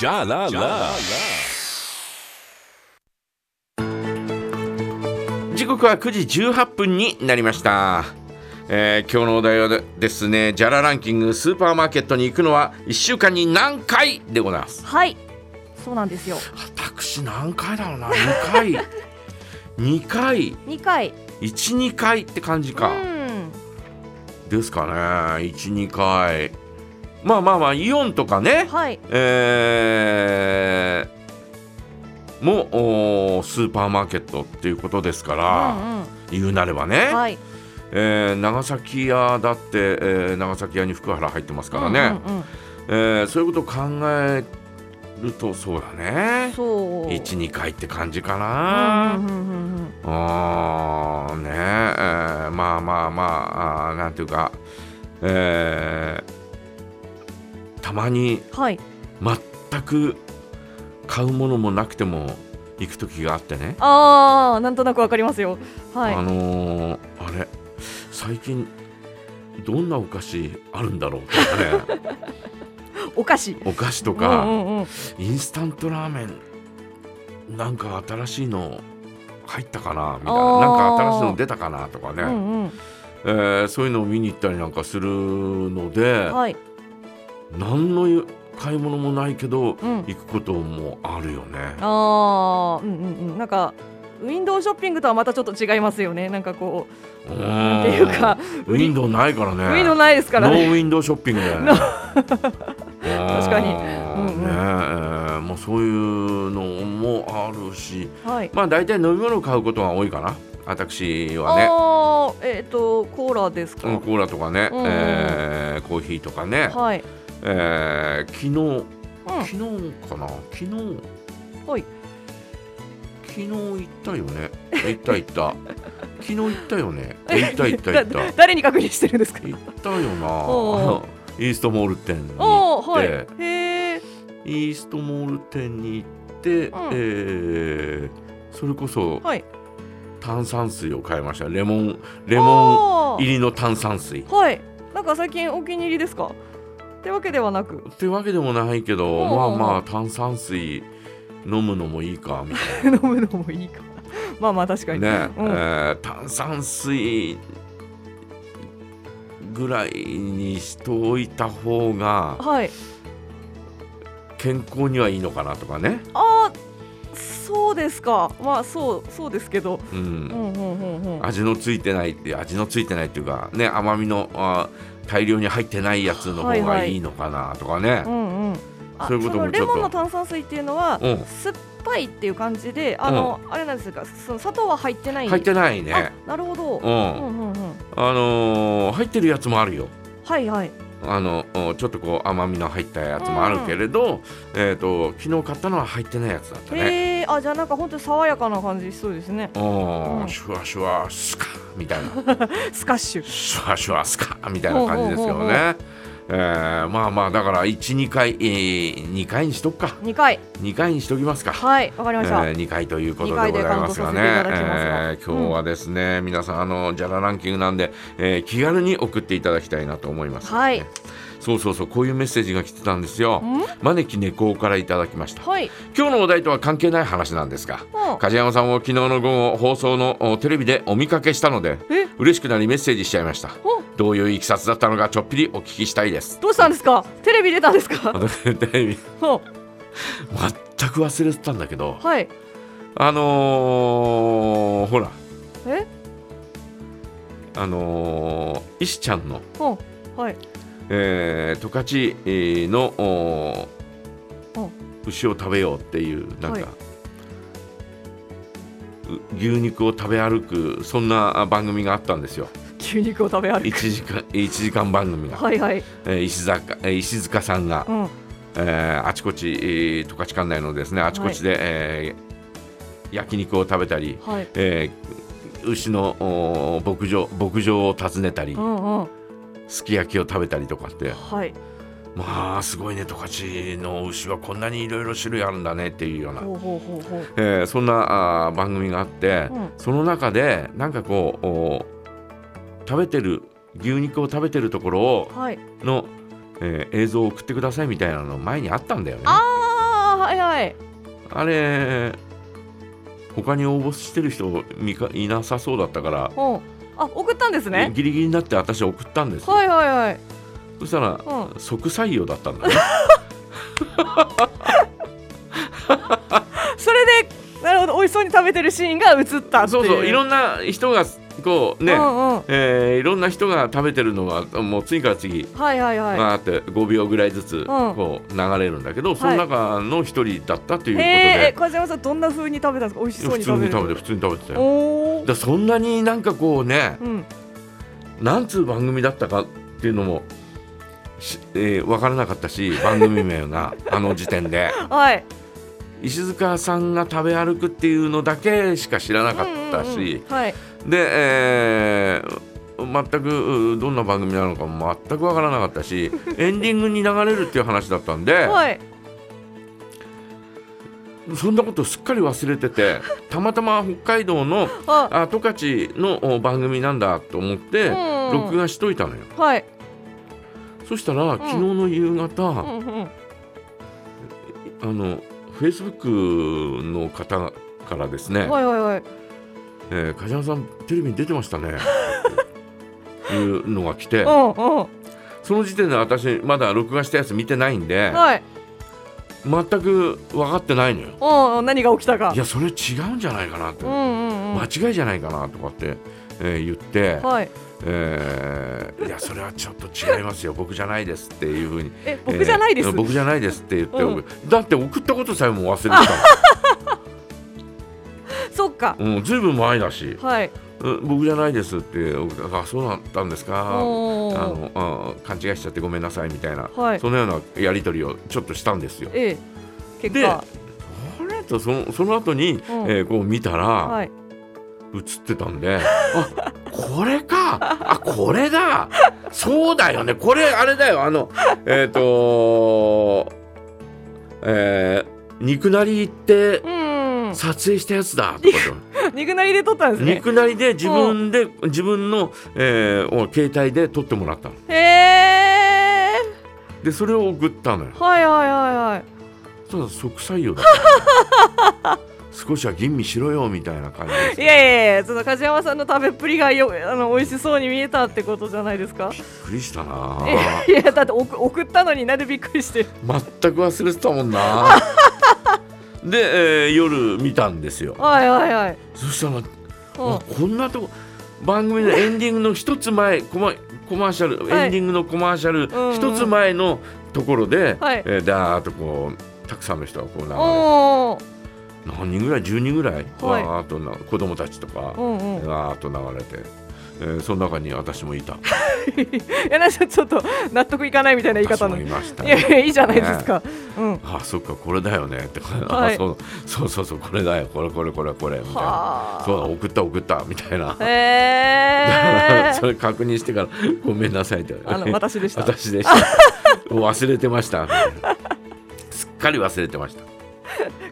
Ja la la. 時刻は9時18分になりました、えー今日のお題はでですねジャラランキングスーパーマーケットに行くのは1週間に何回でございますはいそうなんですよ私何回だろうな2回2回2回12回って感じか、うんですかね12回まあまあまあイオンとかねはいえーもおースーパーマーケットっていうことですから、言うなればね、うんうん、はいえー長崎屋だって、えー長崎屋に福原入ってますからね、うんうんうんえーそういうことを考えるとそうだねそう12回って感じかうんな、うんうんうんあーねえーまあまあまああーなんていうか、えーたまにはい全く買うものもなくても行く時があってね、ああなんとなくわかりますよはいあのーあれ最近どんなお菓子あるんだろうとか ねお菓子お菓子とうかんうんうんインスタントラーメンなんか新しいの入ったかなみたいなあーなんか新しいの出たかなとかね、うんえーそういうのを見に行ったりなんかするのうでん、はい何の買い物もないけどうん行くこともあるよね。ああうんうんうんなんかウィンドウショッピングとはまたちょっと違いますよねなんかこううんっていうかウィンドウないからね。ウィンドウないですからノねーウィンドウショッピング だよね。確ねえかにうんうんーもうそういうのもあるし、はいまあ大体飲み物を買うことが多いかな。私はね、ああえっとコーラですうんかコーラとかね、うんうんえーコーヒーとかね、はいえー昨うん日昨日かな昨日はい昨日行ったよね。行った行った。 昨日行ったよね。行った行った行 った。誰に確認してるんですか行ったよな。おうあの イーストモール店に行おおって、はいへえイーストモール店に行って、んえーそれこそはい炭酸水を買いました。レモンレモン入りの炭酸水。っンはいなんか最近お気に入りですかってわけではなく てわけでもないけど、まあおうまあ炭酸水飲むのもいいかみたい飲むのもいいか まあまあ確かになね、うんえー炭酸水ぐらいにしておいた方がはい健康にはいいのかなとかね。あーそうですかまあそうそうですけどううんんうんうんうん味のついてないって味のついてないっていうかね甘みのあ大量に入ってないやつのはい方はがいいいのかなとかね、うんうんあそういうことものちレょっとモンの炭酸水っていうのはうん酸っぱいっていう感じであのあれなんですかその砂糖は入ってない入ってないねあなるほどう、うんんうんうんあのー入ってるやつもあるよはいはいあのおちょっとこう甘みの入ったやつもあるけれど、えっ、と昨日買ったのは入ってないやつだったねへえあじゃあなんか本当に爽やかな感じしそうですねうんうんシュワシュワスカみ たいなスカッシュシュワシュワスカみたいな感じですけどほうほうほうねえーまあまあだから12回、え2回にしとくか二回2回にしときますかはいわかりました、えー、2回ということでございますがね、二回でカウントさせていただきますがえー今日はですね、皆さんあのジャラランキングなんで、えー気軽に送っていただきたいなと思います、はいそうそうそうこういうメッセージが来てたんですよん招き猫からいただきましたはい今日のお題とは関係ない話なんですがうん梶山さんを昨日の午後放送のおテレビでお見かけしたのでえ嬉しくなりメッセージしちゃいましたおどういういきさつだったのかちょっぴりお聞きしたいです どうしたんですかテレビ出たんですか私テレビお全く忘れてたんだけどはいあのーほらえあのー石ちゃんの、おはいえー、十勝えーのおーうん牛を食べようっていうなんか、はいう牛肉を食べ歩くそんな番組があったん ですよ牛肉を食べ歩く1時間一時間番組が、はいはいえー石坂えー石塚さんがう、んえーあちこち、えー十勝管内のですねあちこちで、えー焼肉を食べたり、はいえー牛のおー牧場牧場を訪ねたり、うんうんすき焼きを食べたりとかってはいまあすごいね十勝の牛はこんなにいろいろ種類あるんだねっていうような、ほうほうほうほうえーそんなあー番組があって、うんその中でなんかこうおー食べてる牛肉を食べてるところをはいの、えー映像を送ってくださいみたいなの前にあったんだよね。あはいはいあれ他に応募してる人見かいなさそうだったから、うんあ送ったんですねギリギリになって私送ったんです、はいはいはいそしたら、う即採用だったんだねそれでなるほど美味しそうに食べてるシーンが映ったっていうそうそういろんんな人がこうね、うんうん、えーいろんな人が食べてるのがもう次から次はいはいはい、まあって5秒ぐらいずつこう流れるんだけど、その中の一人だったということへえで、梶山さんどんな風に食べたんですか美味しそう普に通食にべる食べて普通に食べてたよ。おだかおらそんなになんかこうね、うんなんつう番組だったかっていうのもし、えー分からなかったし番組名 があの時点ではい石塚さんが食べ歩くっていうのだけしか知らなかったし、うんうんうんはいで、えー全くうどんな番組なのかも全く分からなかった しエンディングに流れるっていう話だったんで、はいそんなことすっかり忘れててたまたま北海道のああ十勝のお番組なんだと思ってうん録画しといたのよ。はいそしたら昨日の夕方、うんうんあのフェイスブックの方からですね、はいはいはいえー梶山さんテレビに出てました ねいうのが来てうんうんその時点で私まだ録画したやつ見てないんではい全く分かってないのようんうん何が起きたかいやそれ違うんじゃないかなうと、んうんうん間違いじゃないかなとかって、えー言って、はいえーいやそれはちょっと違いますよ 僕じゃないですっていうふうにえ僕じゃないですえー僕じゃないですって言って、うんだって送ったことさえも忘れてたのそっかうん、ずいぶん前だし、はいうん僕じゃないですって僕があそうだったんですかあおーのあ勘違いしちゃってごめんなさいみたいな、はいそのようなやり取りをちょっとしたんですよ。ええ結で果あれとそのその後に、えーこう見たら、はい映ってたんであこれかあこれだそうだよねこれあれだよあのえっ、とえー肉なり行ってうんうん撮影したやつだとかと。肉なりで撮ったんですね肉なりで自分で自分の、えーを携帯で撮ってもらったのへえでそれを送ったのよはいはいはいはいただ即採用だったの少しは吟味しろよみたいな感じいでやいやいや、その梶山さんの食べっぷりがよあの美味しそうに見えたってことじゃないですか。すびっくりしたないやいや、だって送送ったのになんでびっくりしてる。全く忘れてたもん なで、えー夜見たんですよはいはいはい。そしたら、うんあこんなとこ番組のエンディングの一つ前コマコマーシャル、はいエンディングのコマーシャルうんうん一つ前のところで、はいえーだーっとこうたくさんの人がこう流れておー何人ぐらい10人ぐらい、はいわーっとな子供たちとか、うんうん。いわーっと流れて、えーその中に私もいた や、なんかちょっと納得いかないみたいな言い私方もの。いいましたやいや、いいじゃないですか。うん。はあそっかこれだよねって、はあいそうそうそうそうこれだよこれこれこれこれみたいなそうだあ。送った送ったみたいな、へえ そ。れ確認してからごめんなさいってあの、私でした。私で した忘れてましたみたいなすっかり忘れてました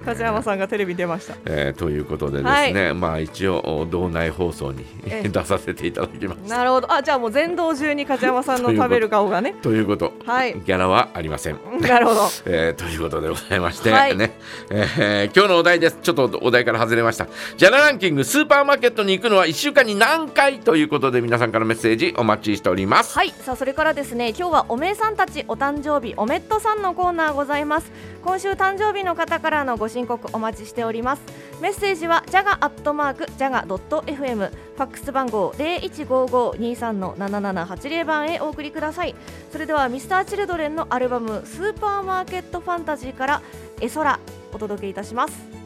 梶山さんがテレビに出ました。えーということでですね、まあ一応道内放送にええ 出させていただきますなるほど。あ、じゃあもう全道中に梶山さんの食べる顔が ね。ということ、はいギャラはありません。なるほど。えーということでございまして、はいねえー今日のお題ですちょっとお題から外れましたジャラランキングスーパーマーケットに行くのは1週間に何回ということで皆さんからメッセージお待ちしておりますはいさあそれからですね今日はおめえさんたちお誕生日おめっとさんのコーナーございます今週誕生日の方からのご申告お待ちしておりますメッセージはジャガアットマークジャガドット FM ファックス番号零一五五二三の七七八零番へお送りくださいそれではミスターチルドレンのアルバムスーパーマーケットファンタジーから絵空お届けいたします